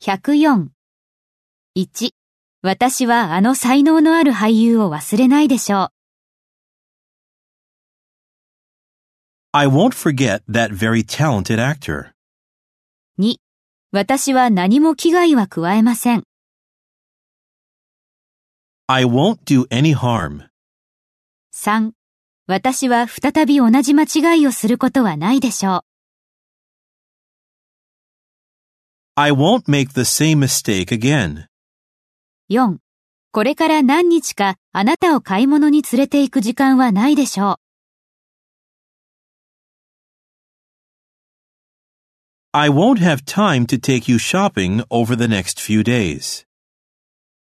104。1. 私はあの才能のある俳優を忘れないでしょう。 I won't forget that very talented actor. 2. 私は何も危害は加えません。 I won't do any harm. 3. 私は再び同じ間違いをすることはないでしょう。 I won't make the same mistake again. 4. これから何日かあなたを買い物に連れて行く時間はないでしょう。 I won't have time to take you shopping over the next few days.